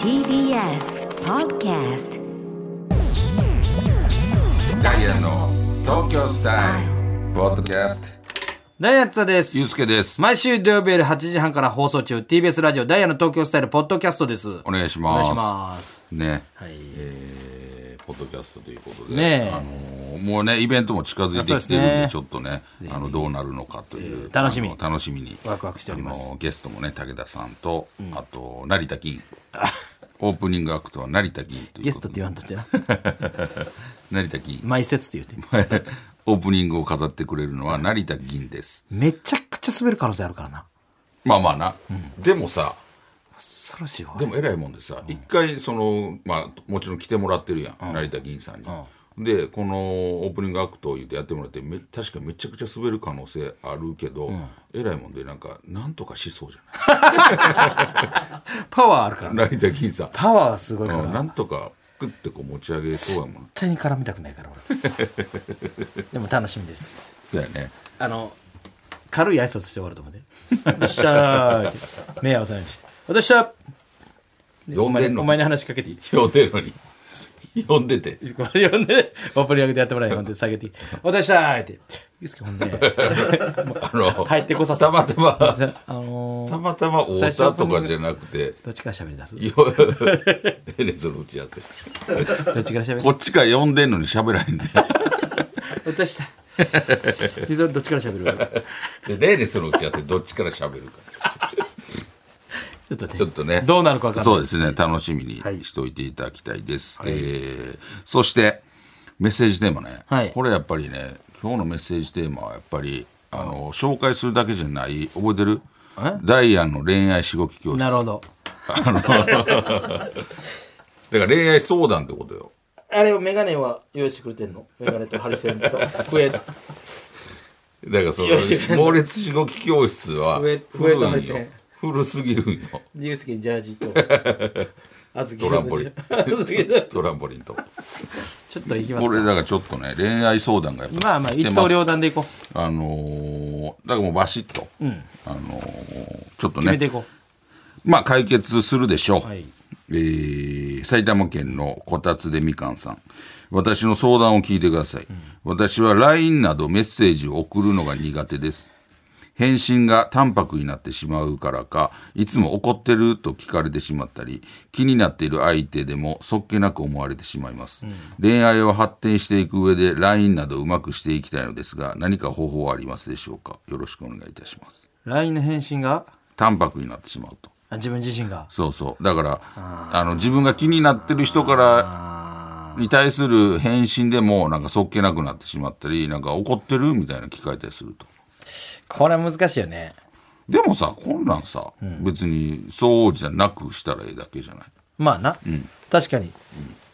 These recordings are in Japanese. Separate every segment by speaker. Speaker 1: TBS Podcast
Speaker 2: ダイアンの東京スタイルポッドキャスト
Speaker 3: ダイアンツァです
Speaker 2: ゆう。すけです
Speaker 3: 毎週土曜日夜8時半から放送中、TBS ラジオダイヤの東京スタイルポッドキャストです。お
Speaker 2: お願いします
Speaker 3: 願いします。
Speaker 2: ね、
Speaker 3: はい。
Speaker 2: えーポッドキャストということで、
Speaker 3: ねえ
Speaker 2: あのーもうねイベントも近づいてきてるんで
Speaker 3: そうですね
Speaker 2: ちょっとねあのどうなるのかという、
Speaker 3: えー楽しみ
Speaker 2: あの楽しみに
Speaker 3: ワクワクしておりま
Speaker 2: あ
Speaker 3: す
Speaker 2: のーゲストもね武田さんと、あと成田金オープニングアクトは成田金ということで
Speaker 3: ゲストって言わんとってな。
Speaker 2: 成田金
Speaker 3: 前説って言うて。
Speaker 2: オープニングを飾ってくれるのは成田銀です
Speaker 3: めちゃくちゃ滑る可能性あるからな。
Speaker 2: まあまあな、でもさ
Speaker 3: 恐ろしいわ。
Speaker 2: でも偉いもんでさ一、回そのまあもちろん来てもらってるやん、成田銀さんに。でこのオープニングアクトを言ってやってもらってめ確かめちゃくちゃ滑る可能性あるけど、偉いもんでなんかなんとかしそうじゃ
Speaker 3: パワーあるからな。
Speaker 2: ない 成田銀さん、
Speaker 3: パワーはすごいから。
Speaker 2: うん
Speaker 3: 絶
Speaker 2: なんとかグッてこう持ち上げそうやもん
Speaker 3: 対に絡みたくないから、俺。 でも楽しみです。
Speaker 2: そうやね
Speaker 3: あの、軽い挨拶して終わると思うね。よっしゃーって。目合わせないようにして。私は
Speaker 2: 呼んでんの
Speaker 3: お前に話しかけていい
Speaker 2: 呼んでるのに呼んでて
Speaker 3: これ読んで、オープニングでやってもらえ、ほんで下げて、お出したーって。ゆうすけほんで、
Speaker 2: あの
Speaker 3: 入ってこさせ
Speaker 2: たまた また
Speaker 3: あのー、
Speaker 2: またま太田とかじゃなくて
Speaker 3: どっちから喋り出す
Speaker 2: よ ええねその打ち合わせ
Speaker 3: どっちから喋り
Speaker 2: こっちから呼んでんのに喋らへんね
Speaker 3: お 出した。ゆうすけどっちから喋る
Speaker 2: で例でその打ち合わせどっちから喋るか
Speaker 3: ちょっとね。
Speaker 2: ちょっとね
Speaker 3: どうなるかわかんない。
Speaker 2: そうですね楽しみにしといていただきたいです、えーそしてメッセージテーマね、
Speaker 3: はい
Speaker 2: これやっぱりね今日のメッセージテーマはやっぱりあの紹介するだけじゃない覚えてるダイアンの恋愛しごき教室
Speaker 3: な
Speaker 2: だか
Speaker 3: るほど。
Speaker 2: ら恋愛相談ってことよ
Speaker 4: あれをメガネは用意してくれてんのメガネとハリセンと笛と
Speaker 2: だからその
Speaker 4: よし
Speaker 2: 猛烈しごき教室は
Speaker 4: 増え増
Speaker 2: 古
Speaker 4: え
Speaker 2: い
Speaker 4: た
Speaker 2: ん
Speaker 4: ね
Speaker 2: よ古すぎるんよ
Speaker 4: ユースケにジャージ とあずき
Speaker 2: トランポリントランポリンと
Speaker 3: ちょっと行きます
Speaker 2: これ
Speaker 3: か。
Speaker 2: だからちょっとね恋愛相談がやっぱ
Speaker 3: まあまあ、
Speaker 2: 来
Speaker 3: 一
Speaker 2: てす
Speaker 3: 刀両断でいこう。
Speaker 2: あのーだからもうバシッと、あのーちょっと
Speaker 3: 決めてい
Speaker 2: ね、
Speaker 3: こ
Speaker 2: まあ解決するでしょう。
Speaker 3: う。はい。
Speaker 2: えー埼玉県のこたつでみかんさん。私の相談を聞いてください。私は LINE などメッセージを送るのが苦手です。返信が淡白になってしまうからか、いつも怒ってると聞かれてしまったり、気になっている相手でもそっけなく思われてしまいます。恋愛を発展していく上で LINE などうまくしていきたいのですが、何か方法はありますでしょうかよろしくお願いいたします。
Speaker 3: LINE の返信が、
Speaker 2: 淡白になってしまうと。
Speaker 3: あ自分自身が。
Speaker 2: そうそう。だから、あの、自分が気になってる人から、に対する返信でも、なんかそっけなくなってしまったり、なんか怒ってるみたいな聞かれたりすると。
Speaker 3: これ難しいよね。
Speaker 2: でもさ、こんなんさ、別にそうじゃなくしたらええだけじゃない。
Speaker 3: まあな。確かに。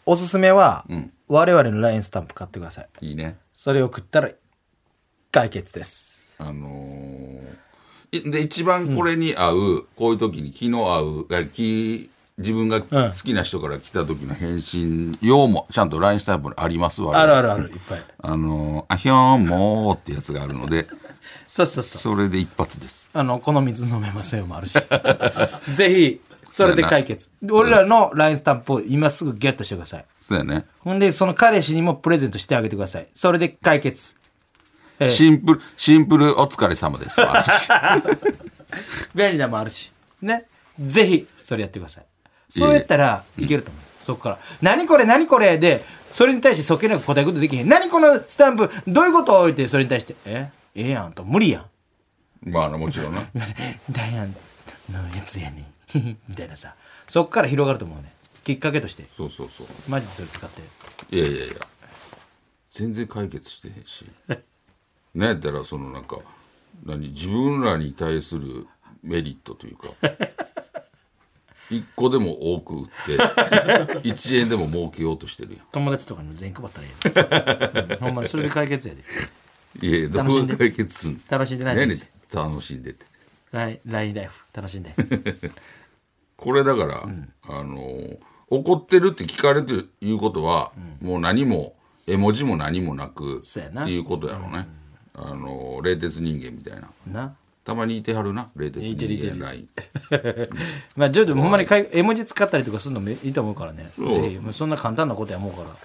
Speaker 3: おすすめは、我々の LINE スタンプ買ってください。
Speaker 2: いいね。
Speaker 3: それを食ったら解決です。
Speaker 2: あのーいで、一番これに合う、こういう時に気の合う、え気、自分が好きな人から来た時の返信用も、ちゃんと LINE スタンプにありますわ。
Speaker 3: あるあるある、いっぱい。
Speaker 2: あのーあひょーんもーってやつがあるので、
Speaker 3: そうそうそう。
Speaker 2: それで一発です。
Speaker 3: あの、この水飲めませんよもある し。ぜひ、それで解決。俺らの LINE スタンプを今すぐゲットしてください。
Speaker 2: そうやね。
Speaker 3: ほんで、その彼氏にもプレゼントしてあげてください。それで解決。ええ
Speaker 2: シンプル、シンプルお疲れ様です。私
Speaker 3: 便利なもあるし。ね。ぜひ、それやってください。そうやったらいけると思う。そこから。何これ何これで、それに対してそっけなく答えることできへん。何このスタンプどういうこと置いて、それに対して。えええやんと。無理やん。
Speaker 2: まあ、もちろんな。
Speaker 3: ダイアンのやつやねん みたいなさそっから広がると思うねきっかけとして
Speaker 2: そうそうそう。
Speaker 3: マジでそれ使って
Speaker 2: いやいやいや。全然解決してへん し。ねだから、そのなんか、何、自分らに対するメリットという か、一個でも多く売 って、一円でも儲けようとしてるやん。
Speaker 3: 友達とかにも全員配ったらええ、うん、ほんまにそれで解決やで
Speaker 2: いやいや、ど
Speaker 3: 楽し
Speaker 2: こ
Speaker 3: んで
Speaker 2: が解決すんの
Speaker 3: 楽しんでない
Speaker 2: ね
Speaker 3: です
Speaker 2: 楽しんでて。
Speaker 3: ラインラインライフ楽しんで
Speaker 2: これだから、あのー怒ってるって聞かれてるいうことは、もう何も絵文字も何もなく
Speaker 3: そうやな
Speaker 2: っていうことやろうね、あのー冷徹人間みたいな
Speaker 3: な
Speaker 2: たまにいてはるな、レーテス
Speaker 3: いてるいてる
Speaker 2: ライン。
Speaker 3: まあ徐々にほんまにかい絵文字使ったりとかするのもいいと思うからね
Speaker 2: う
Speaker 3: ぜひもうそんな簡単なことや思うから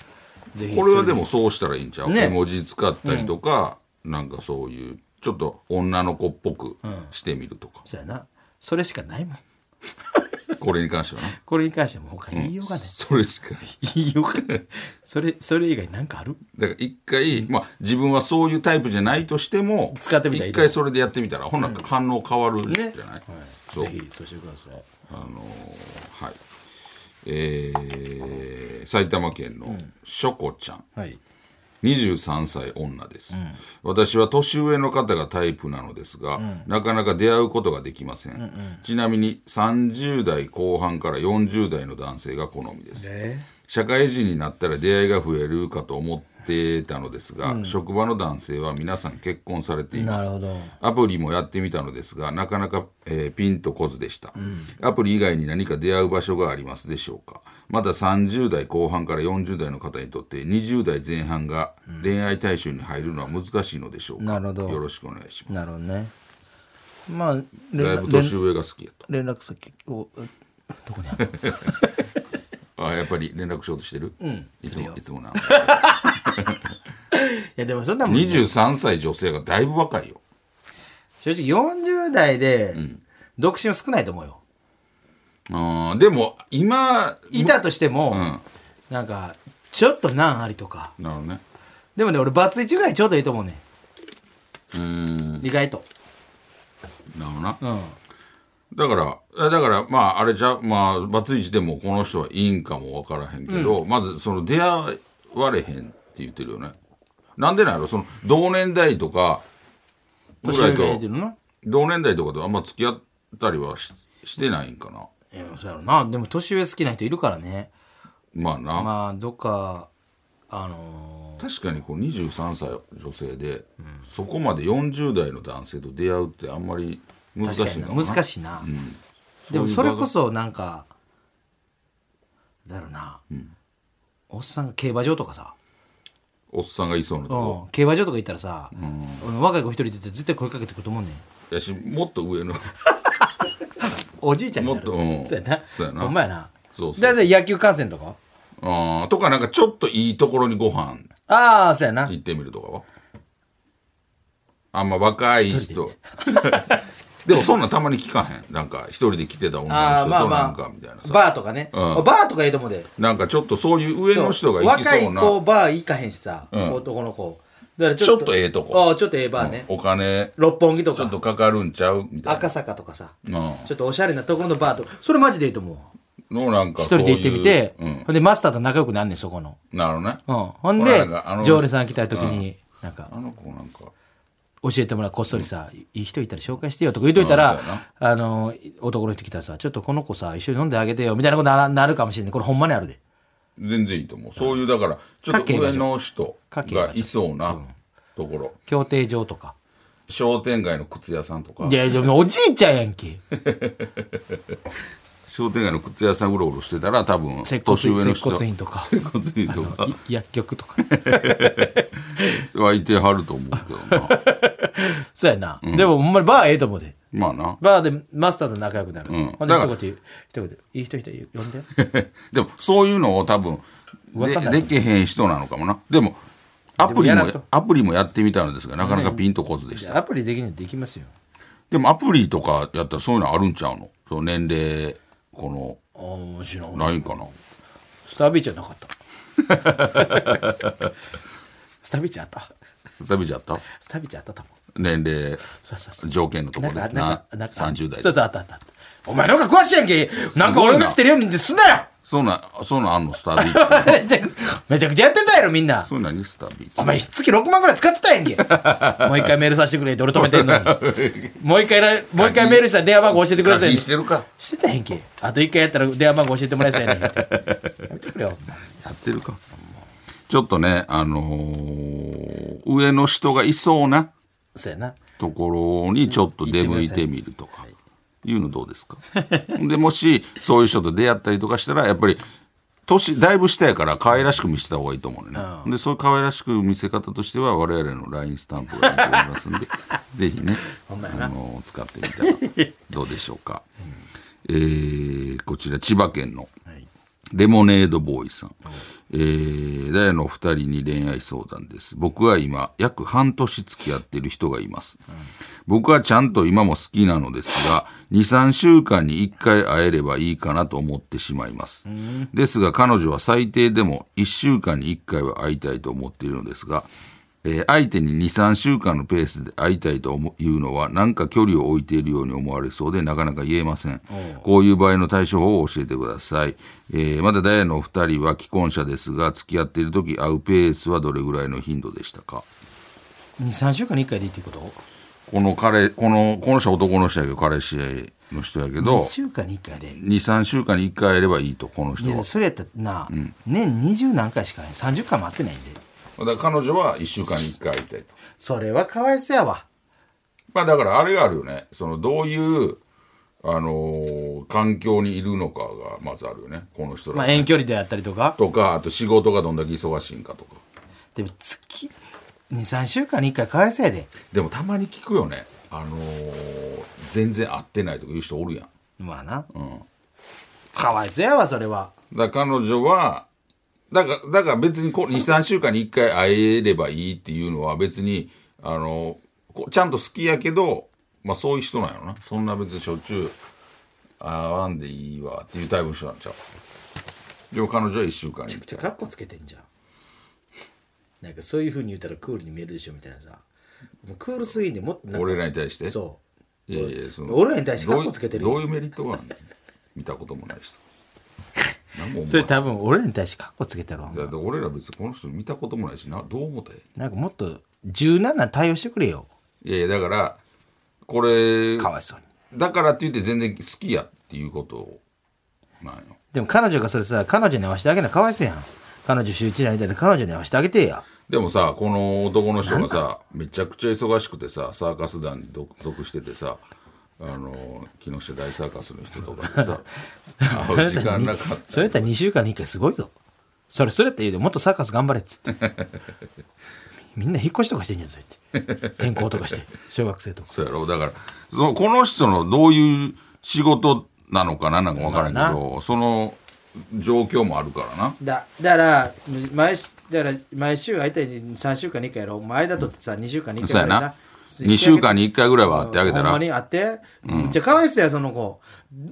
Speaker 3: ぜ ひ
Speaker 2: これはでもそうしたらいいんちゃう、
Speaker 3: ね
Speaker 2: 絵文字使ったりとか、なんかそういう、ちょっと女の子っぽくしてみるとか。
Speaker 3: そうやなそれしかないもん
Speaker 2: これに関してはな。
Speaker 3: これに関しても他言いようがない、
Speaker 2: それしかない。
Speaker 3: 言いようが ないそれそれ以外なんかある
Speaker 2: だから一回、まあ自分はそういうタイプじゃないとしても、
Speaker 3: 使ってみたらいい
Speaker 2: 一回それでやってみたら、ほんなら反応変わるじゃない、
Speaker 3: ね
Speaker 2: そう。
Speaker 3: ぜひそうしてください
Speaker 2: あのーはい。えー埼玉県のしょこちゃん。
Speaker 3: はい
Speaker 2: 23歳女です、私は年上の方がタイプなのですが、なかなか出会うことができません、ちなみに30代後半から40代の男性が好みです、社会人になったら出会いが増えるかと思ってたのですが、職場の男性は皆さん結婚されています
Speaker 3: なるほど
Speaker 2: アプリもやってみたのですがなかなか、えーピンとこずでした、アプリ以外に何か出会う場所がありますでしょうかまた30代後半から40代の方にとって20代前半が恋愛対象に入るのは難しいのでしょうか、
Speaker 3: なるほど
Speaker 2: よろしくお願いします
Speaker 3: なるほどねまあ連
Speaker 2: だいぶ年上が好きやと
Speaker 3: 連絡先をどこにあ る
Speaker 2: あやっぱり連絡しようとしてる、いつもいつもな
Speaker 3: いやでもそんなもんね
Speaker 2: 23歳女性がだいぶ若いよ
Speaker 3: 正直40代で独身は少ないと思うよ、
Speaker 2: うんでも今
Speaker 3: いたとしても、
Speaker 2: ん
Speaker 3: なんかちょっと難ありとか
Speaker 2: なるほどね
Speaker 3: でもね俺バツイチぐらいちょうどいいと思うね
Speaker 2: うーん
Speaker 3: 意外と
Speaker 2: なるほどな
Speaker 3: うん
Speaker 2: だから、えだから、まあ、あれじゃ、まあ、バツイチでもこの人はいいんかもわからへんけど、まず、その、出会われへんって言ってるよね。なんでなんやろその、同年代とか、ぐ
Speaker 3: 年
Speaker 2: らい
Speaker 3: 上がいい
Speaker 2: と
Speaker 3: ってい、うのな
Speaker 2: 同年代とかとあんま付き合ったりはししてないんかな。
Speaker 3: いやそうやろなでも年上好きな人いるからね
Speaker 2: まあな。
Speaker 3: まあどっかあのー
Speaker 2: 確かにこう23歳女性で、そこまで40代の男性と出会うってあんまり難しい
Speaker 3: 確かに
Speaker 2: の
Speaker 3: な
Speaker 2: かな
Speaker 3: 難しいな、
Speaker 2: う
Speaker 3: でもそれこ
Speaker 2: そ
Speaker 3: そなんかだろうな、おっさんが競馬場とかさ、
Speaker 2: ういう場がおっさんがいそうなと
Speaker 3: う
Speaker 2: こ
Speaker 3: ん、競馬場とか行ったらさ、俺若い子一人出て絶対声かけてくると思うねん
Speaker 2: やしもっと上の
Speaker 3: おじいちゃんになる
Speaker 2: もっとうん
Speaker 3: そうやな
Speaker 2: そうやな
Speaker 3: ほんまやな
Speaker 2: そうそう
Speaker 3: だって野球観戦とか
Speaker 2: あーとかなんかちょっといいところにご飯
Speaker 3: ああそうやな
Speaker 2: 行ってみるとかはあんま若い人 でもそんなんたまに聞かへんなんか一人で来てた
Speaker 3: あ
Speaker 2: 女
Speaker 3: あ
Speaker 2: の人
Speaker 3: まあ
Speaker 2: と
Speaker 3: ま
Speaker 2: なん
Speaker 3: あ
Speaker 2: かみたいなさ
Speaker 3: バーとかね、
Speaker 2: うん
Speaker 3: バーとかいいと思うで
Speaker 2: なんかちょっとそういう上の人が行き
Speaker 3: 若い
Speaker 2: そうな
Speaker 3: 子バー行かへんしさ、
Speaker 2: ん
Speaker 3: 男の子だから
Speaker 2: ちょっとええとこ
Speaker 3: ああちょっとええバーね、
Speaker 2: お金
Speaker 3: 六本木と
Speaker 2: ちょ
Speaker 3: か
Speaker 2: っとかかるんちゃうみたい
Speaker 3: 赤坂とかさ、
Speaker 2: な
Speaker 3: ちょっとおしゃれなところのバーとかそれマジでいいと思うわ
Speaker 2: うんのなんか
Speaker 3: 一
Speaker 2: そう
Speaker 3: 人
Speaker 2: いう
Speaker 3: で行ってみて、
Speaker 2: うん
Speaker 3: ほんでマスターと仲良くなんねんそこの、
Speaker 2: なるほどね
Speaker 3: うん、ほん
Speaker 2: ほら
Speaker 3: で
Speaker 2: なんかあの
Speaker 3: 常連さん来た時に、なんか
Speaker 2: あの子なんか
Speaker 3: 教えてもらうこっそりさ、いい人いたら紹介してよとか言っといたら、
Speaker 2: うんそうや
Speaker 3: あの男の人来たらさちょっとこの子さ一緒に飲んであげてよみたいなことななるかもしれないこれほんまにあるで
Speaker 2: 全然いいと思うそういうだからちょっと上の人
Speaker 3: 家計がちょっと
Speaker 2: がいそうなところ
Speaker 3: 協定場とか
Speaker 2: 商店街の靴屋さんとか
Speaker 3: いやいやおじいちゃんやんけ
Speaker 2: 商店街の靴屋さんうろうろしてたら多分
Speaker 3: 接骨
Speaker 2: 年
Speaker 3: 院
Speaker 2: 上の
Speaker 3: 接
Speaker 2: 人
Speaker 3: 骨院とか
Speaker 2: 接骨院とか
Speaker 3: い薬局とか
Speaker 2: はいてはると思うけどな
Speaker 3: そうやな、でもほんまにバーええと思うで
Speaker 2: まあな
Speaker 3: バーでマスターと仲良くなる、
Speaker 2: うん
Speaker 3: ほんで
Speaker 2: だから
Speaker 3: 一言言う一言いい人いたら呼んで
Speaker 2: でもそういうのを多分
Speaker 3: 噂にな
Speaker 2: で
Speaker 3: る
Speaker 2: できへん人なのかもなでもアプリ
Speaker 3: でも
Speaker 2: も
Speaker 3: やらんと
Speaker 2: アプリもやってみたのですがなかなかピンとこずでした、
Speaker 3: アプリできるのできますよ
Speaker 2: でもアプリとかやったらそういうのあるんちゃうのその年齢こ
Speaker 3: ああもちろ
Speaker 2: の
Speaker 3: ん
Speaker 2: ないんかな
Speaker 3: スタービーチはなかった スタービーチあった
Speaker 2: スタビじゃった
Speaker 3: スタビチあったと思う。
Speaker 2: 年齢
Speaker 3: そうそうそう。
Speaker 2: 条件のとこ
Speaker 3: な
Speaker 2: ろ
Speaker 3: ん
Speaker 2: で
Speaker 3: か、なん
Speaker 2: な
Speaker 3: か、なんか、
Speaker 2: 30代
Speaker 3: そうそう、あったあったあった。お前なんか詳しいやんけ。なんか
Speaker 2: すごいな
Speaker 3: 俺が知ってるようにってすんなよ
Speaker 2: そうなんそうなんあんのスタービーチ
Speaker 3: めちゃくめちゃくちゃやってたやろ、みんな。
Speaker 2: そういうのにスタービーチ
Speaker 3: お前、月6万ぐらい使ってたやん け。もう一回メールさせてくれって俺止めてんのに。もう一回ら、もう一回メールしたら電話番号教えてくださ
Speaker 2: 課金
Speaker 3: いね。
Speaker 2: し
Speaker 3: して
Speaker 2: るか
Speaker 3: てたやんけ。あと一回やったら電話番号教えてもらえそうやねんって。やめてくれよ。
Speaker 2: やってるか。ちょっとね、あのー上の人がいそうな
Speaker 3: そうやな。
Speaker 2: ところにちょっと出向いてみるとか、 いうのどうですかで、もしそういう人と出会ったりとかしたら、やっぱり、年だいぶ下やから可愛らしく見せた方がいいと思うね、でそういう可愛らしく見せ方としては我々の LINE スタンプがいいと思います んでぜひねあの使ってみたらどうでしょうか、えーこちら千葉県のレモネードボーイさん、えー、ダイヤのお二人に恋愛相談です僕は今約半年付き合っている人がいます、僕はちゃんと今も好きなのですが23週間に1回会えればいいかなと思ってしまいます、ですが彼女は最低でも1週間に1回は会いたいと思っているのですがえー相手に23週間のペースで会いたいと思ういうのはなんか距離を置いているように思われそうでなかなか言えませんこういう場合の対処法を教えてください、えーまだダイヤのお二人は既婚者ですが付き合っている時会うペースはどれぐらいの頻度でしたか
Speaker 3: 23週間に1回でいいってこと
Speaker 2: この彼このこの人は男の人やけど彼氏の人やけど
Speaker 3: ?1 週間に1回で
Speaker 2: 23週間に1回会えればいいとこの人
Speaker 3: い
Speaker 2: は
Speaker 3: やそれやったらな、年20何回しかない30回も会ってないんで
Speaker 2: だから彼女は1週間に1回会いたいと
Speaker 3: それはかわいそうやわ
Speaker 2: まあだからあれがあるよねそのどういう、あのー環境にいるのかがまずあるよねこの人ら、
Speaker 3: まあ遠距離であったりとか
Speaker 2: とかあと仕事がどんだけ忙しいんかとか
Speaker 3: でも月23週間に1回かわいそうやで
Speaker 2: でもたまに聞くよねあのー全然会ってないとかいう人おるやん
Speaker 3: まあな、かわいそうやわそれは
Speaker 2: だから彼女はだからだから別に23週間に1回会えればいいっていうのは別にあのこちゃんと好きやけど、まあ、そういう人なんやろなそんな別にしょっちゅう会わんでいいわっていうタイプの人なんちゃうでも彼女は1週間に
Speaker 4: めっちゃカッコつけてんじゃんなんかそういうふうに言ったらクールに見えるでしょみたいなさもうクールすぎんでもっとなんか
Speaker 2: 俺らに対して
Speaker 4: そう
Speaker 2: いやいやその
Speaker 4: 俺らに対して
Speaker 2: どう
Speaker 4: カッコつけてる
Speaker 2: どういうメリットがあるの見たこともない人なん かお前
Speaker 3: それ多分俺らに対してカッコつけてるわ
Speaker 2: だって俺ら別にこの人見たこともないしなどう思ったらええ
Speaker 3: なんかもっと柔軟な対応してくれよ
Speaker 2: いやいやだからこれ
Speaker 3: かわいそうに
Speaker 2: だからって言って全然好きやっていうことなんよ
Speaker 3: でも彼女がそれさ彼女に合わせてあげなかわいそうやん彼女周知なりたいで彼女に合わせてあげてや
Speaker 2: でもさこの男の人がさめちゃくちゃ忙しくてさサーカス団に属属しててさあの木下大サーカスの人とかでさ 会
Speaker 3: それ
Speaker 2: う時
Speaker 3: やった
Speaker 2: 間
Speaker 3: らに
Speaker 2: なかった
Speaker 3: それやったら2週間に1回すごいぞそれそれやって言うでもっとサーカス頑張れっつって みんな引っ越しとかしてんじゃんそれって転校とかして小学生とか
Speaker 2: そうやろだからそのこの人のどういう仕事なのかななんか分からんけどその状況もあるからな
Speaker 4: だだから毎週だから毎週会いたいに3週間に1回やろう前だとってさ、2週間に1
Speaker 2: そう
Speaker 4: 回
Speaker 2: や
Speaker 4: ぐらい
Speaker 2: な2週間に1回ぐらいは会ってあげた
Speaker 4: ほんま
Speaker 2: ら
Speaker 4: に会って、めっちゃかわいそうやその子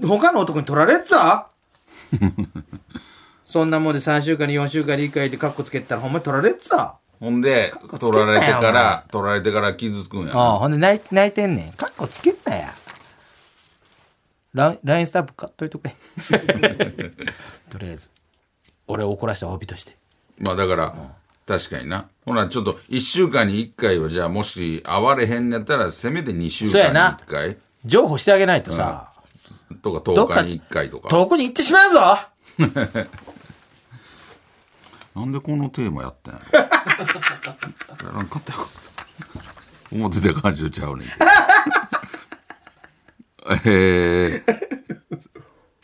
Speaker 4: 他の男に取られっぞ そんなもんで3週間に4週間に1回でカッコつけてたらほんまに取られっぞ
Speaker 2: ほんで
Speaker 4: ッコつけん
Speaker 2: 取
Speaker 4: なよ
Speaker 2: られてから取られてから傷つくんや
Speaker 3: ああ、ほんで泣い泣いてんねん。カッコつけんなや。ライン LINE スタンプ買っといてくれ。 とりあえず、俺を怒らした帯として。
Speaker 2: まあだから、確かにな。ほな、ちょっと1週間に1回は、じゃあもし会われへんやったら、せめて2週
Speaker 3: そう
Speaker 2: 間
Speaker 3: や
Speaker 2: に
Speaker 3: な
Speaker 2: 1回
Speaker 3: 譲歩してあげないとさ、
Speaker 2: とか
Speaker 3: ど
Speaker 2: 10
Speaker 3: っか
Speaker 2: 日に1回とか。
Speaker 3: 遠くに行ってしまうぞ
Speaker 2: なんでこのテーマやったん やろ。やらんかったよ。思ってた感じとちゃうねんけ ど。えー、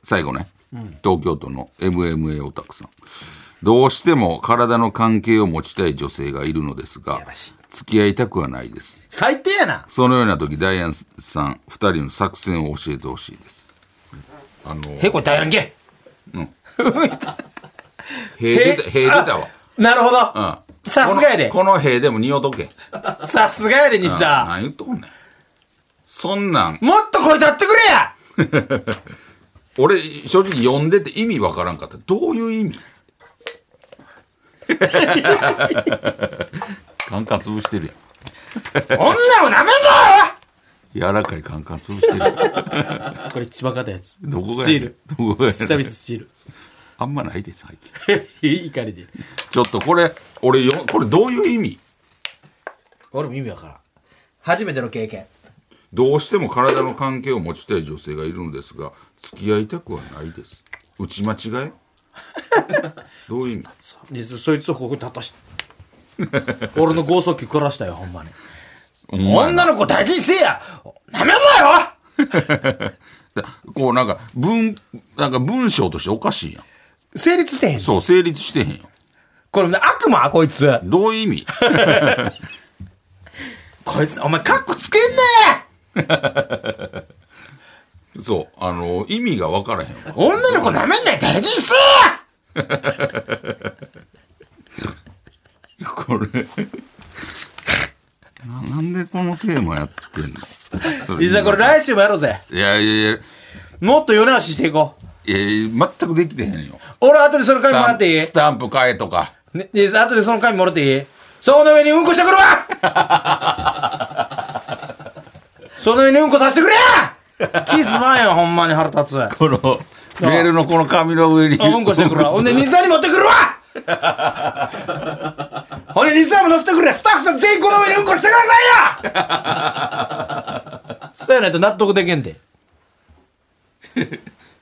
Speaker 2: 最後ね、東京都の MMA オタクさんどうしても体の関係を持ちたい女性がいるのですが
Speaker 3: やらしい
Speaker 2: 付き合いたくはないです
Speaker 3: 最低やな
Speaker 2: そのような時ダイアンさん2人の作戦を教えてほしいですあの
Speaker 3: へこたやらんけ
Speaker 2: 塀出た塀出たわ
Speaker 3: なるほど、
Speaker 2: うん
Speaker 3: さすがやで
Speaker 2: このこの塀でも匂うとけ
Speaker 3: さすがやで、西田
Speaker 2: 何言っとんねんそんなん
Speaker 3: もっと声立ってくれや
Speaker 2: 俺正直読んでて意味わからんかったどういう意 味カンカン潰してるやん
Speaker 3: 女をなめんぞ
Speaker 2: 柔らかいカンカン潰してるやん
Speaker 3: これ、千葉方やつ。
Speaker 2: どこがやねん
Speaker 3: スチール。
Speaker 2: どこがやねん
Speaker 3: 久々スチール。
Speaker 2: あんまないで最近
Speaker 3: 怒りで。
Speaker 2: ちょっとこれ俺よこれどういう意味
Speaker 4: 俺も意味わからん初めての経験
Speaker 2: どうしても体の関係を持ちたい女性がいるのですが付き合いたくはないです打ち間 違えどういう意味
Speaker 3: でそそいつをここに立た して俺の豪速球暮らしたよほんまに
Speaker 2: お前な
Speaker 3: 女の子大事にせえやなめんなよ
Speaker 2: こうなんか文なんか文章としておかしいやん
Speaker 3: 成立してへん
Speaker 2: そう、成立してへんよ。
Speaker 3: これ悪魔こいつ
Speaker 2: どういう意味
Speaker 3: こいつお前カッコつけん
Speaker 2: そう、あの、意味が分からへんわ。
Speaker 3: なよ女の子なめんない大事にせ
Speaker 2: これな。なんでこのテーマやってんのそ
Speaker 3: えいざこれ来週もやろうぜ
Speaker 2: いやいやいや、
Speaker 3: もっと世直ししていこう
Speaker 2: いや全くできてへんよ。
Speaker 3: 俺後でその紙もらっていい
Speaker 2: スタンプ買えとか。
Speaker 3: ね、で後でその紙もらっていいその上にうんこして くるわその上にうんこさせてく れキスまんよほんまに腹立つあ
Speaker 2: この、メールのこの紙の上に。
Speaker 3: うんこしてく るわほんで日産に持ってくるわほんで日産も乗せてくれスタッフさん全員この上にうんこしてくださいよそうやないと納得できんで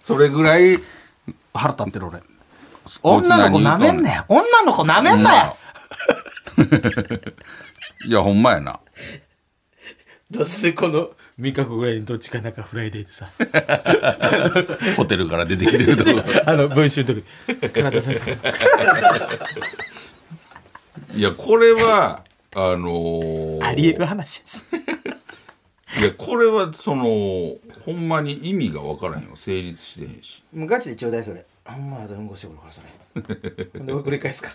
Speaker 2: それぐらい、
Speaker 3: 腹立ってる俺
Speaker 2: こいつ
Speaker 3: 女の
Speaker 2: 何言
Speaker 3: 子
Speaker 2: う
Speaker 3: な
Speaker 2: とね
Speaker 3: めんなよ女の子なめんなよ
Speaker 2: いや、ほんまやな。
Speaker 4: どうせこの
Speaker 3: 3日後ぐらいにどっちかなんかフライデーでさ
Speaker 2: ホテルから出てきてると こ。
Speaker 3: あの文集の時
Speaker 2: いや、これは、あのー
Speaker 3: ありえる話です
Speaker 2: いや、これは、その、ほんまに意味が分からへんよ。成立してへんし。
Speaker 4: もうガチでちょうだいそれほんまあとうんこしてくるからそれほんで俺これ返すか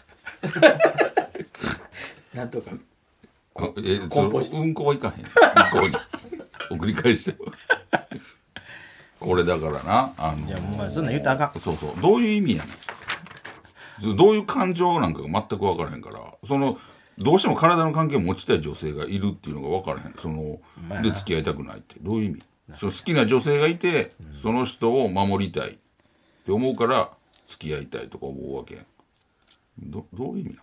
Speaker 4: なんとか
Speaker 2: こえ、そ
Speaker 4: 梱
Speaker 2: の
Speaker 4: 包して
Speaker 2: うんこはいかへん。うんこ に。送り返して。これだからな、あの
Speaker 3: お前そんなん言うたらあか
Speaker 2: そうそうどういう意味やねんそうどういう感情なんかが全く分からへんからそのどうしても体の関係を持ちたい女性がいるっていうのが分からへんそので付き合いたくないってどういう意味その好きな女性がいて、その人を守りたいって思うから付き合いたいとか思うわけやんどどういう意味なん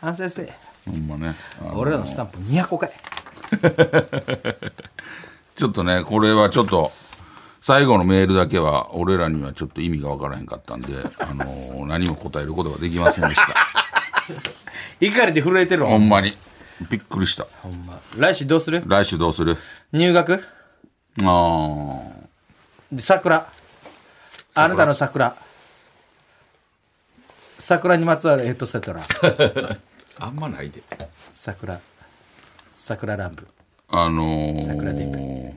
Speaker 3: 反省して
Speaker 2: ほんまねあの
Speaker 3: 俺らのスタンプ200個かい
Speaker 2: ちょっとねこれはちょっと最後のメールだけは俺らにはちょっと意味が分からへんかったんで、あのー何も答えることができませんでした。
Speaker 3: 怒りで震えてるわ
Speaker 2: ほんまに。びっくりした。
Speaker 3: ほんま来週どうする
Speaker 2: 来週どうする
Speaker 3: 入学
Speaker 2: あー
Speaker 3: で桜あなたの桜桜にまつわるヘッドセット ラ
Speaker 2: あんまないで。
Speaker 3: 桜桜ランプ
Speaker 2: あのー、
Speaker 3: 桜伝
Speaker 2: 部。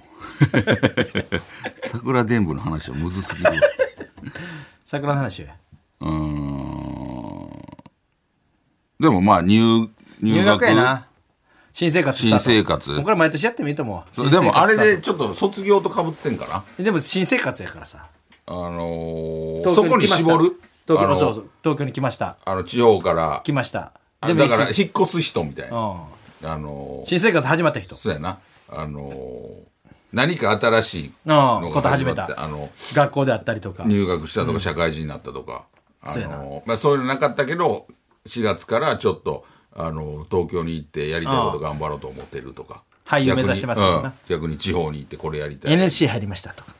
Speaker 2: 桜伝部の話はむずすぎる。
Speaker 3: 桜の話
Speaker 2: うーん。でもまあ入、入
Speaker 3: 入
Speaker 2: 学
Speaker 3: 学やな新生活スタート
Speaker 2: 新生活
Speaker 3: もうこれ毎年やってもいいと思う
Speaker 2: そうでもあれで
Speaker 3: 新生活ス
Speaker 2: ちょっと卒業とかぶってんかな。
Speaker 3: タートでも新生活やからさ
Speaker 2: あのー、
Speaker 3: 東
Speaker 2: そ
Speaker 3: 京
Speaker 2: こに
Speaker 3: 来ました
Speaker 2: 絞る
Speaker 3: 東京
Speaker 2: あの
Speaker 3: そうそう東京に来ました
Speaker 2: あの地方から
Speaker 3: 来ました
Speaker 2: あ
Speaker 3: でもい
Speaker 2: だ
Speaker 3: いし
Speaker 2: から引っ越す人みたいな。
Speaker 3: うん
Speaker 2: あのー、
Speaker 3: 新生活始まった人
Speaker 2: そうやな。あのー何か新しい
Speaker 3: ああ
Speaker 2: の
Speaker 3: こと
Speaker 2: が始
Speaker 3: 始め
Speaker 2: ま
Speaker 3: た
Speaker 2: ってあの
Speaker 3: 学校であったりとか
Speaker 2: 入学したとか社会人になったとか、
Speaker 3: そうや
Speaker 2: あ
Speaker 3: な
Speaker 2: のまあ、そういうのなかったけど4月からちょっとあの東京に行ってやりたいこと頑張ろうと思ってるとか
Speaker 3: ああ俳優
Speaker 2: 逆に
Speaker 3: 目指してますからな
Speaker 2: うん逆に地方に行ってこれやりたい
Speaker 3: NSC 入りましたとか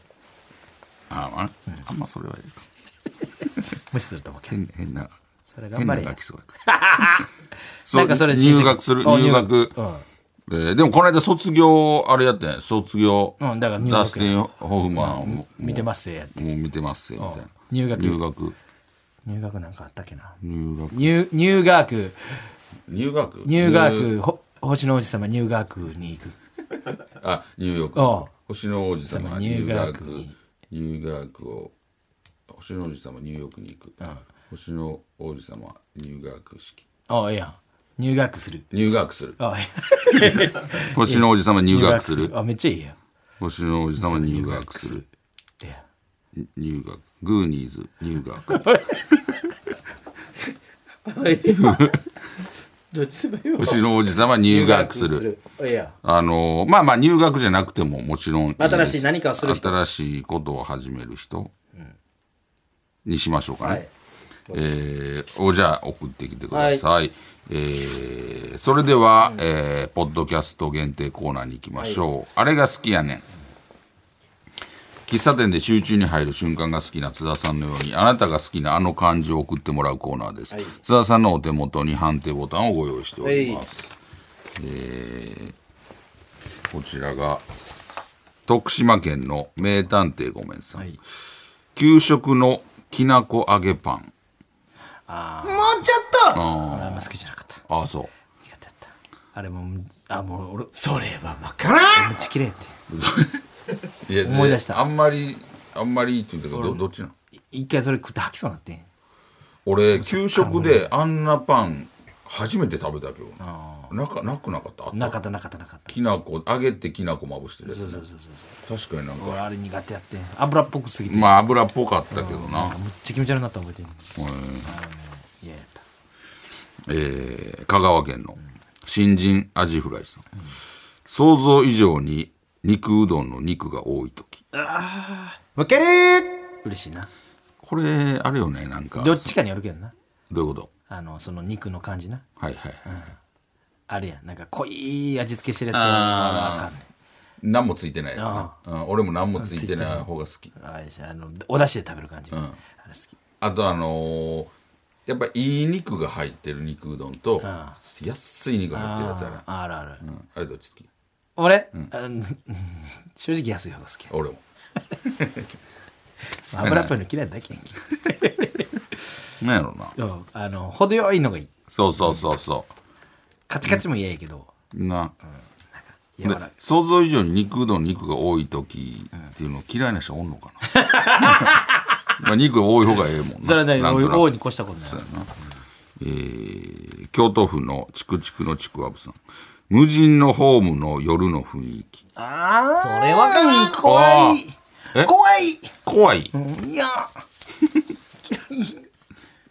Speaker 2: ああ,、まあ、あんまそれはいいか
Speaker 3: 無視すると思うけど
Speaker 2: 変変な
Speaker 3: それ頑
Speaker 2: 変
Speaker 3: 張
Speaker 2: な
Speaker 3: れや
Speaker 2: ガキそうやから そう
Speaker 3: なんかそれ
Speaker 2: 入学する
Speaker 3: あ
Speaker 2: 入学
Speaker 3: うん
Speaker 2: えーでもこの間卒業あれやってん卒業、
Speaker 3: うんだから入学
Speaker 2: ダスティン・ホフマンをもう
Speaker 3: 見てますやって
Speaker 2: もう見てますよみたいな
Speaker 3: うん入学
Speaker 2: 入学
Speaker 3: 入学なんかあったっけな
Speaker 2: 入学
Speaker 3: 入入学
Speaker 2: 入学
Speaker 3: 入学ほ星の王子様入学に行く
Speaker 2: あニューヨー
Speaker 3: ああ
Speaker 2: ク星の王子様入学
Speaker 3: 入学に
Speaker 2: 入学を星の王子様ニューヨークに行く星の王子様入学式
Speaker 3: ああいいやん入学する
Speaker 2: 入学する
Speaker 3: ああいい
Speaker 2: 星の王子様入
Speaker 3: 入
Speaker 2: 学する
Speaker 3: あめっちゃいいやん
Speaker 2: 星の王子様入学する
Speaker 3: いや
Speaker 2: 入学グーニーズ入学
Speaker 4: どっちでもいいわ
Speaker 2: 星の王子様入学す
Speaker 4: 入
Speaker 2: る
Speaker 4: いや
Speaker 2: あのーまあまあ入学じゃなくてももちろんいいです
Speaker 4: 新しい何かをする人
Speaker 2: 新しいことを始める人にしましょうかね、
Speaker 4: はい
Speaker 2: えー、をじゃあ送ってきてください、えーそれでは、えーポッドキャスト限定コーナーに行きましょう、あれが好きやねん喫茶店で集中に入る瞬間が好きな津田さんのようにあなたが好きなあの漢字を送ってもらうコーナーです、津田さんのお手元に判定ボタンをご用意しております、えーこちらが徳島県の名探偵ごめんさん、給食のきなこ揚げパン
Speaker 4: うちょっと
Speaker 3: 俺あんま好きじゃなかった
Speaker 2: ああそう
Speaker 3: 苦手だったあれもあもう俺
Speaker 4: それはわからん
Speaker 3: めっちゃ綺麗って
Speaker 2: いや
Speaker 3: 思い出した
Speaker 2: あんまりあんまりっていうかどどっちなん
Speaker 3: い一回それ食って吐きそうになってん
Speaker 2: 俺給食であんなパン初めて食べたけどなかなくなかったあった
Speaker 3: なかったなかったなかった
Speaker 2: きな粉揚げてきな粉まぶしてるやつね
Speaker 3: そうそうそう
Speaker 2: 確かになん
Speaker 3: そう俺
Speaker 2: か
Speaker 3: あれ苦手やってん油っぽくすぎて
Speaker 2: まあ油っぽかったけど
Speaker 3: なん
Speaker 2: な
Speaker 3: かむっちゃ気持ち悪くなったの覚えてる
Speaker 2: うん
Speaker 3: いややった
Speaker 2: えー香川県の新人アジフライさん、想像以上に肉うどんの肉が多い時
Speaker 3: わかるー嬉しいな
Speaker 2: これあれよねなんか
Speaker 3: ど
Speaker 2: ど
Speaker 3: っちかによるけどな
Speaker 2: ういうこと
Speaker 3: あのその肉の感じな
Speaker 2: はいはいはい、
Speaker 3: あれやんなんか濃い味付けしてるやつや
Speaker 2: あー
Speaker 3: あかんねん
Speaker 2: 何もついてないやつな、うん、俺も何もついてない方が好き
Speaker 3: あれじゃあのお出汁で食べる感じ、あれ好き
Speaker 2: あとあのーやっぱいい肉が入ってる肉うどんと
Speaker 3: あ
Speaker 2: 安い肉が入ってるやつやな、
Speaker 3: ああるある、
Speaker 2: うん、あれどっち好き
Speaker 3: 俺、あのうん 正直安い方が好き
Speaker 2: 俺も
Speaker 3: 油っぽいの嫌いなだけやんけ
Speaker 2: なんやろうな
Speaker 3: うんあの程よいのがいい
Speaker 2: そうそうそうそ
Speaker 3: カチカチも嫌やけど、
Speaker 2: うな
Speaker 3: 柔
Speaker 2: で
Speaker 3: らかい
Speaker 2: 想像以上に肉うどん肉が多い時っていうの嫌いな人おんのか なまあ肉が多い方がええもんな
Speaker 3: それはね
Speaker 2: なんとなく
Speaker 3: 王に越したことない
Speaker 2: えー京都府のチクチクのちくわぶさん無人のホームの夜の雰囲気
Speaker 3: ああそ
Speaker 4: れわかる
Speaker 3: 怖い
Speaker 2: あーえ
Speaker 3: 怖
Speaker 2: 怖い、
Speaker 3: いいや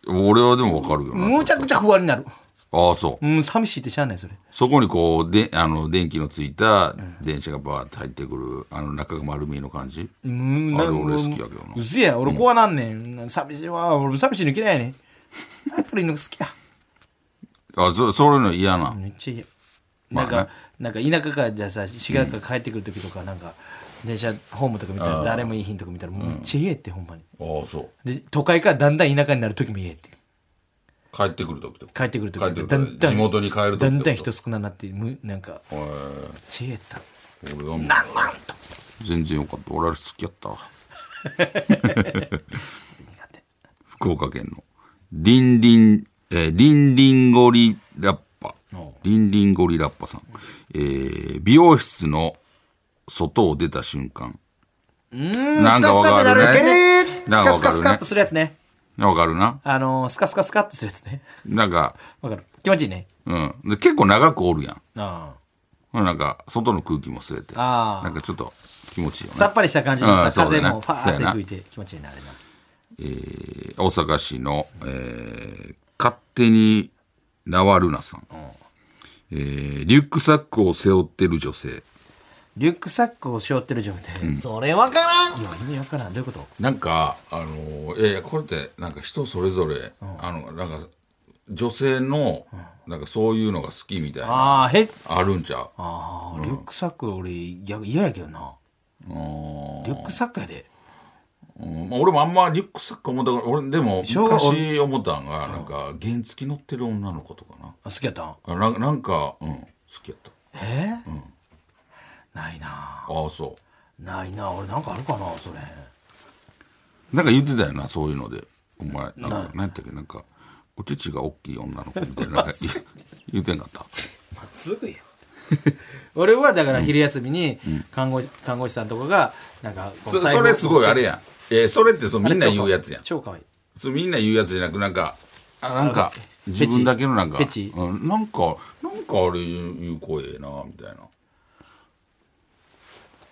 Speaker 2: 俺はでもわかるよな
Speaker 3: むちゃくちゃ不安になる
Speaker 2: ああそう
Speaker 3: うん寂しいってしゃあないそれ
Speaker 2: そこにこうであの電気のついた電車がバーって入ってくるあの中が丸見えの感じ、
Speaker 3: うん
Speaker 2: あれ
Speaker 3: なんか
Speaker 2: 俺好きやけどな
Speaker 3: うぜや俺怖なんねん寂しいわ俺寂しいの嫌いやねん明るいのが好きや
Speaker 2: あそそれの嫌な、
Speaker 3: めっちゃ嫌なんか、なんか田舎からじゃあさ滋賀から帰ってくる時とかなんか電車ホームとか見たら誰もいいひんとか見たらもうめっちゃ嫌やってほんまに
Speaker 2: ああそう
Speaker 3: で都会からだんだん田舎になる時も嫌やって
Speaker 2: 帰ってくる時とか
Speaker 3: 帰ってくる時
Speaker 2: 帰ってくる
Speaker 3: もだんだん
Speaker 2: 地元に帰る時
Speaker 3: だんだん
Speaker 2: ってこと
Speaker 3: 人少なくなってむなんかめっ
Speaker 2: へ
Speaker 3: ちゃ嫌やった
Speaker 2: え俺はもう全然よかった俺は好きやったわ福岡県のリンリン、えーリンリンゴリラッパリンリンゴリラッパさん、えー美容室の外を出た瞬間なんかわかるね
Speaker 3: ス
Speaker 2: なんか
Speaker 3: カ
Speaker 2: わ
Speaker 3: スカス
Speaker 2: か
Speaker 3: カッ
Speaker 2: る
Speaker 3: とするやつね
Speaker 2: ねわかるな
Speaker 3: あのースカスカスカッとするやつね
Speaker 2: なんか、
Speaker 3: わかる気持ちいいね
Speaker 2: うん、で結構長くおるやん
Speaker 3: あ
Speaker 2: ほらなんか外の空気も吸えて
Speaker 3: あー
Speaker 2: なんかちょっと気持ちいいよね
Speaker 3: さっぱりした感じの
Speaker 2: う
Speaker 3: さ
Speaker 2: んそうだ
Speaker 3: 風
Speaker 2: ね
Speaker 3: もファーっ
Speaker 2: そう
Speaker 3: て
Speaker 2: やな
Speaker 3: 吹いて気持ちいいなあれな
Speaker 2: 大阪市の、えー勝手にナワルナさん、えーリュックサックを背負ってる女性
Speaker 3: リュックサックを背負ってる状態いや
Speaker 4: それわからん
Speaker 3: 意味わからんどういうこと
Speaker 2: なんかあのーいやいやこれってなんか人それぞれ、あのなんか女性の、なんかそういうのが好きみたいな
Speaker 3: ああへ
Speaker 2: あるんちゃう
Speaker 3: ああ、リュックサック俺逆嫌やけどなリュックサックやで
Speaker 2: うんまあ、俺もあんまリュックサック思ったから俺でも
Speaker 3: 小学
Speaker 2: 昔思ったんがなんか原付き乗ってる女の子とかな
Speaker 3: あ好きやったん
Speaker 2: あななんか、うん、好きやった
Speaker 3: えーないな
Speaker 2: ああそ
Speaker 3: ないな俺なんかあるかなそ れ
Speaker 2: うなんか言ってたよなそういうのでお前なんか何やったっけなんかお乳が大きい女の子みたい ななんか言う言うてんかった
Speaker 4: まっすぐや
Speaker 3: 俺はだから昼休みに看護師看護師さんとかがなんかこう
Speaker 2: そ
Speaker 3: 財布
Speaker 2: それすごいあれやん、えーそれってそうみんな言うやつやん
Speaker 3: 超かわいい
Speaker 2: そうみんな言うやつじゃなくなんかあなんか
Speaker 3: フェ
Speaker 2: 自
Speaker 3: チ
Speaker 2: 分だけのなんか
Speaker 3: フェチ
Speaker 2: うん、なんかなんかあれ言う声ええなみたいな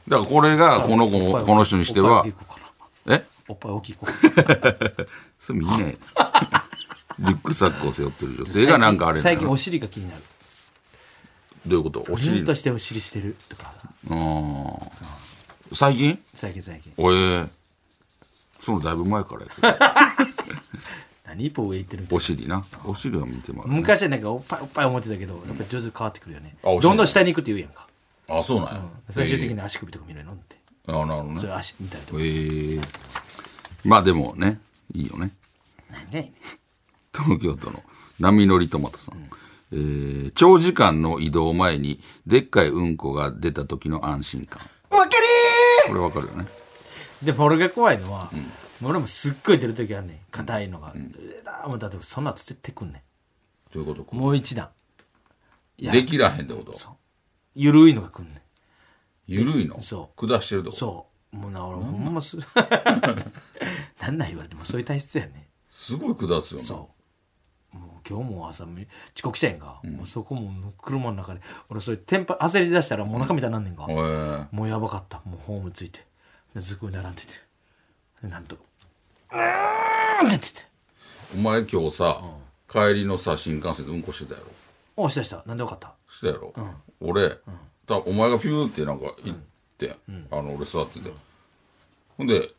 Speaker 2: だからこれがこの子
Speaker 3: おっ
Speaker 2: も
Speaker 3: ぱい
Speaker 2: この人にしてはえ
Speaker 3: おっぱい大きい子か
Speaker 2: それみんなやんリュックサックを背負ってる女
Speaker 3: な
Speaker 2: 性がなんかあれや
Speaker 3: 最
Speaker 2: な
Speaker 3: 近
Speaker 2: ど
Speaker 3: お尻が気になる
Speaker 2: ういうことお
Speaker 3: キュ
Speaker 2: 尻
Speaker 3: ンとしてお尻してるとか
Speaker 2: あー最近
Speaker 3: 最近最近
Speaker 2: おえーそのだいぶ前からやけど
Speaker 3: 何一歩上行ってるみ たい
Speaker 2: お尻なお尻は見てもらう、
Speaker 3: な昔はなんかおっぱいおっぱい思ってたけどやっぱり徐々に変わってくるよね
Speaker 2: あお尻
Speaker 3: どんどん下に行くって言うやんか
Speaker 2: あそうなんや、
Speaker 3: 最終的
Speaker 2: え
Speaker 3: に足首とか見るのって
Speaker 2: ーあなるほどね
Speaker 3: それ足見たりと
Speaker 2: え
Speaker 3: かする
Speaker 2: ー、まあでもねいいよね
Speaker 3: なんでやねん
Speaker 2: 東京都の波乗りトマトさん、えー長時間の移動前にでっかいうんこが出た時の安心感
Speaker 3: わかり
Speaker 2: これわかるよね
Speaker 3: ーでも俺が怖いのは、俺もすっごい出る時あんねん硬いのが、ええだもうだってその後絶対くんね
Speaker 2: どういうこと
Speaker 3: んもう一段いや
Speaker 2: できらへんってこと
Speaker 3: ゆるいのがくんねん
Speaker 2: ゆるいの
Speaker 3: そ
Speaker 2: 下してるってこと
Speaker 3: そうもうな俺ほんますなんなん言われてもそういう体質やね
Speaker 2: すごい下すよね
Speaker 3: そうもう今日も朝め遅刻したやんか、もうそこも車の中で俺それテンパ焦り出したらもうお腹みたいになんねんか、
Speaker 2: へえ
Speaker 3: もうやばかったもうホームついてですごい並んでてでなんと「うーん!」って言ってて
Speaker 2: お前今日さ帰りのさ新幹線でうんこしてたやろ
Speaker 3: 「おしたしたなんでよかった
Speaker 2: してたやろ俺たお前がピューってなんか行ってあの俺座っててほんで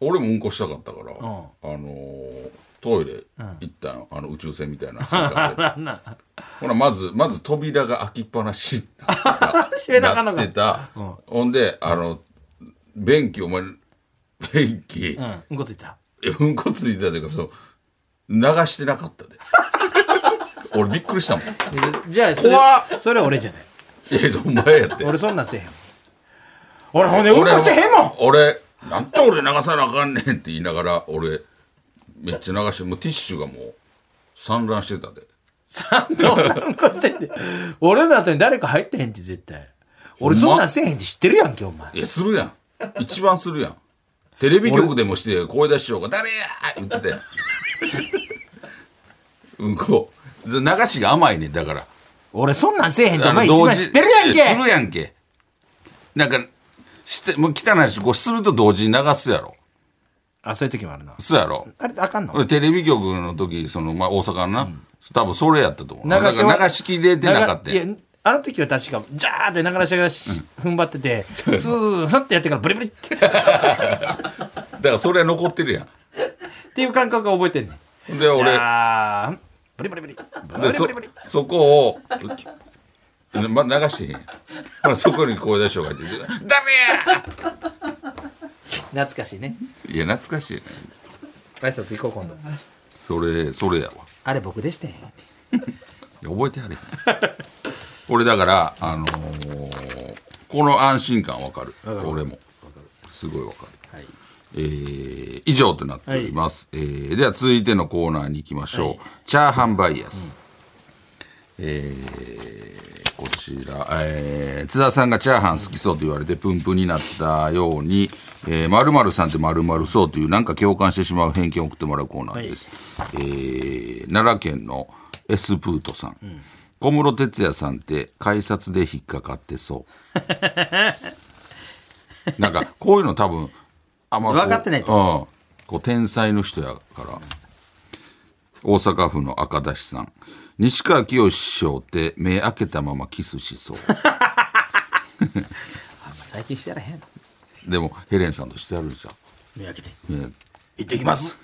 Speaker 2: 俺もうんこしたかったからあのートイレ行ったんあの宇宙船みたいな新幹線 ほらまずまず扉が開きっぱなしになってた
Speaker 3: 閉めなあかんのか
Speaker 2: ってたほんであの便器お前便器、
Speaker 3: うんうんこついた
Speaker 2: えうんこついてたというかそう流してなかったで 俺びっくりしたもんい
Speaker 3: でじゃあそれ
Speaker 2: 怖
Speaker 3: それ俺じゃない
Speaker 2: やお前やって
Speaker 3: 俺そんなんせえへん俺ほんでうんこしてへんもん
Speaker 2: 俺なんで俺流さなあかんねんって言いながら俺めっちゃ流してもうティッシュがもう散乱してたで
Speaker 3: 三度うんこしてんで俺の後に誰か入ってへんって絶対俺そんなんせえへんって知ってるやんけお前
Speaker 2: いやするやん一番するやんテレビ局でもして声出しようが誰や言っててうんこ流しが甘いねんだから
Speaker 3: 俺そんなんせえへんって
Speaker 2: あの
Speaker 3: お前一
Speaker 2: 同
Speaker 3: 番
Speaker 2: 時
Speaker 3: 知ってるやん
Speaker 2: いす
Speaker 3: け
Speaker 2: るやんけなんかしてもう汚い話こうすると同時に流すやろ
Speaker 3: あそういう時もあるな
Speaker 2: そうやろ
Speaker 3: あれあかんの
Speaker 2: 俺テレビ局の時その、まあ、大阪のな、多分それやったと思う
Speaker 3: 流し
Speaker 2: だから流しきれてなかった
Speaker 3: いやあの時は確かジャーって流しがし踏ん張っててスーッてやってからブリブリってっ
Speaker 2: だからそれは残ってるや
Speaker 3: ていう感覚が覚えてんねん
Speaker 2: んで
Speaker 3: じ
Speaker 2: 俺
Speaker 3: ゃあブリブリブリブ
Speaker 2: で
Speaker 3: リブ
Speaker 2: そ
Speaker 3: リブリ
Speaker 2: そこを、ま、流してへんやんほらそこに声出しようが入ってて「ダメや!
Speaker 3: 懐かしいね」
Speaker 2: いや懐かしいね
Speaker 3: 挨拶行こう今度
Speaker 2: それそれやわ
Speaker 3: あれ僕でしてん
Speaker 2: いや覚えてはれへん俺だからあのーこの安心感わかる俺もすごいわかる、
Speaker 4: はい
Speaker 2: えー以上となっております、えーでは続いてのコーナーに行きましょう、チャーハンバイアス、えーこちら、えー津田さんがチャーハン好きそうと言われてプンプンになったように「ま、えー、る、さんってまるそう」というなんか共感してしまう偏見を送ってもらうコーナーです、えー奈良県のエスプートさん、小室哲哉さんって改札で引っかかってそうなんかこういうの多分あんまこう
Speaker 3: 分かってないと
Speaker 2: うん、こう天才の人やから大阪府の赤出しさん西川きよし師匠って目開けたままキスしそう
Speaker 3: 最近してやらへん
Speaker 2: でもヘレンさんとしてやるじゃん
Speaker 3: 目開けて
Speaker 2: ね
Speaker 3: 行ってきます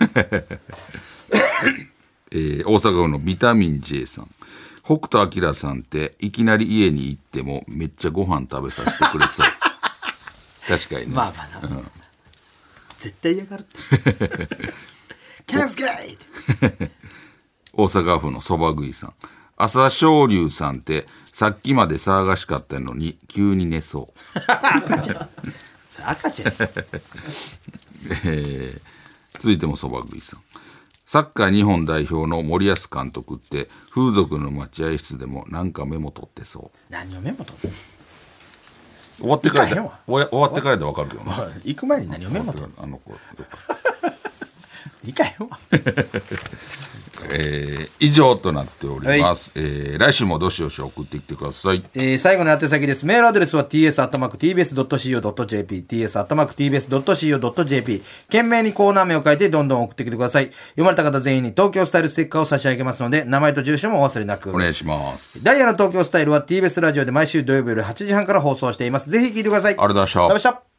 Speaker 2: えー大阪府のビタミン J さん北斗晶さんっていきなり家に行ってもめっちゃご飯食べさせてくれ そう確かにね、
Speaker 3: まあまあな絶対嫌がる ってキャンスかいって
Speaker 2: 大阪府のそば食いさん朝青龍さんってさっきまで騒がしかったのに急に寝そう
Speaker 3: それ赤ちゃんや
Speaker 2: えー続いてもそば食いさんサッカー日本代表の森保監督って風俗の待合室でもなんかメモ取ってそ
Speaker 3: 何をメモ取ってんの
Speaker 2: う終わってから
Speaker 3: いか
Speaker 2: で
Speaker 3: へん
Speaker 2: 終
Speaker 3: わ
Speaker 2: わ終わってからでわかるけどな
Speaker 3: 行く前に何をメモ取る
Speaker 2: あの子
Speaker 3: いかへんわ
Speaker 2: えー以上となっております、えー来週もどしどし送ってきてください
Speaker 3: えー最後の宛先です。メールアドレスは ts.tbs.co.jp、ts.tbs.co.jp。懸命にコーナー名を書いてどんどん送ってきてください。読まれた方全員に東京スタイルステッカーを差し上げますので、名前と住所もお忘れなく。
Speaker 2: お願いします
Speaker 3: ダイヤの東京スタイルは TBS ラジオで毎週土曜日夜8時半から放送しています。ぜひ聞いてください。
Speaker 2: ありがとうございました
Speaker 3: ありがとうございました。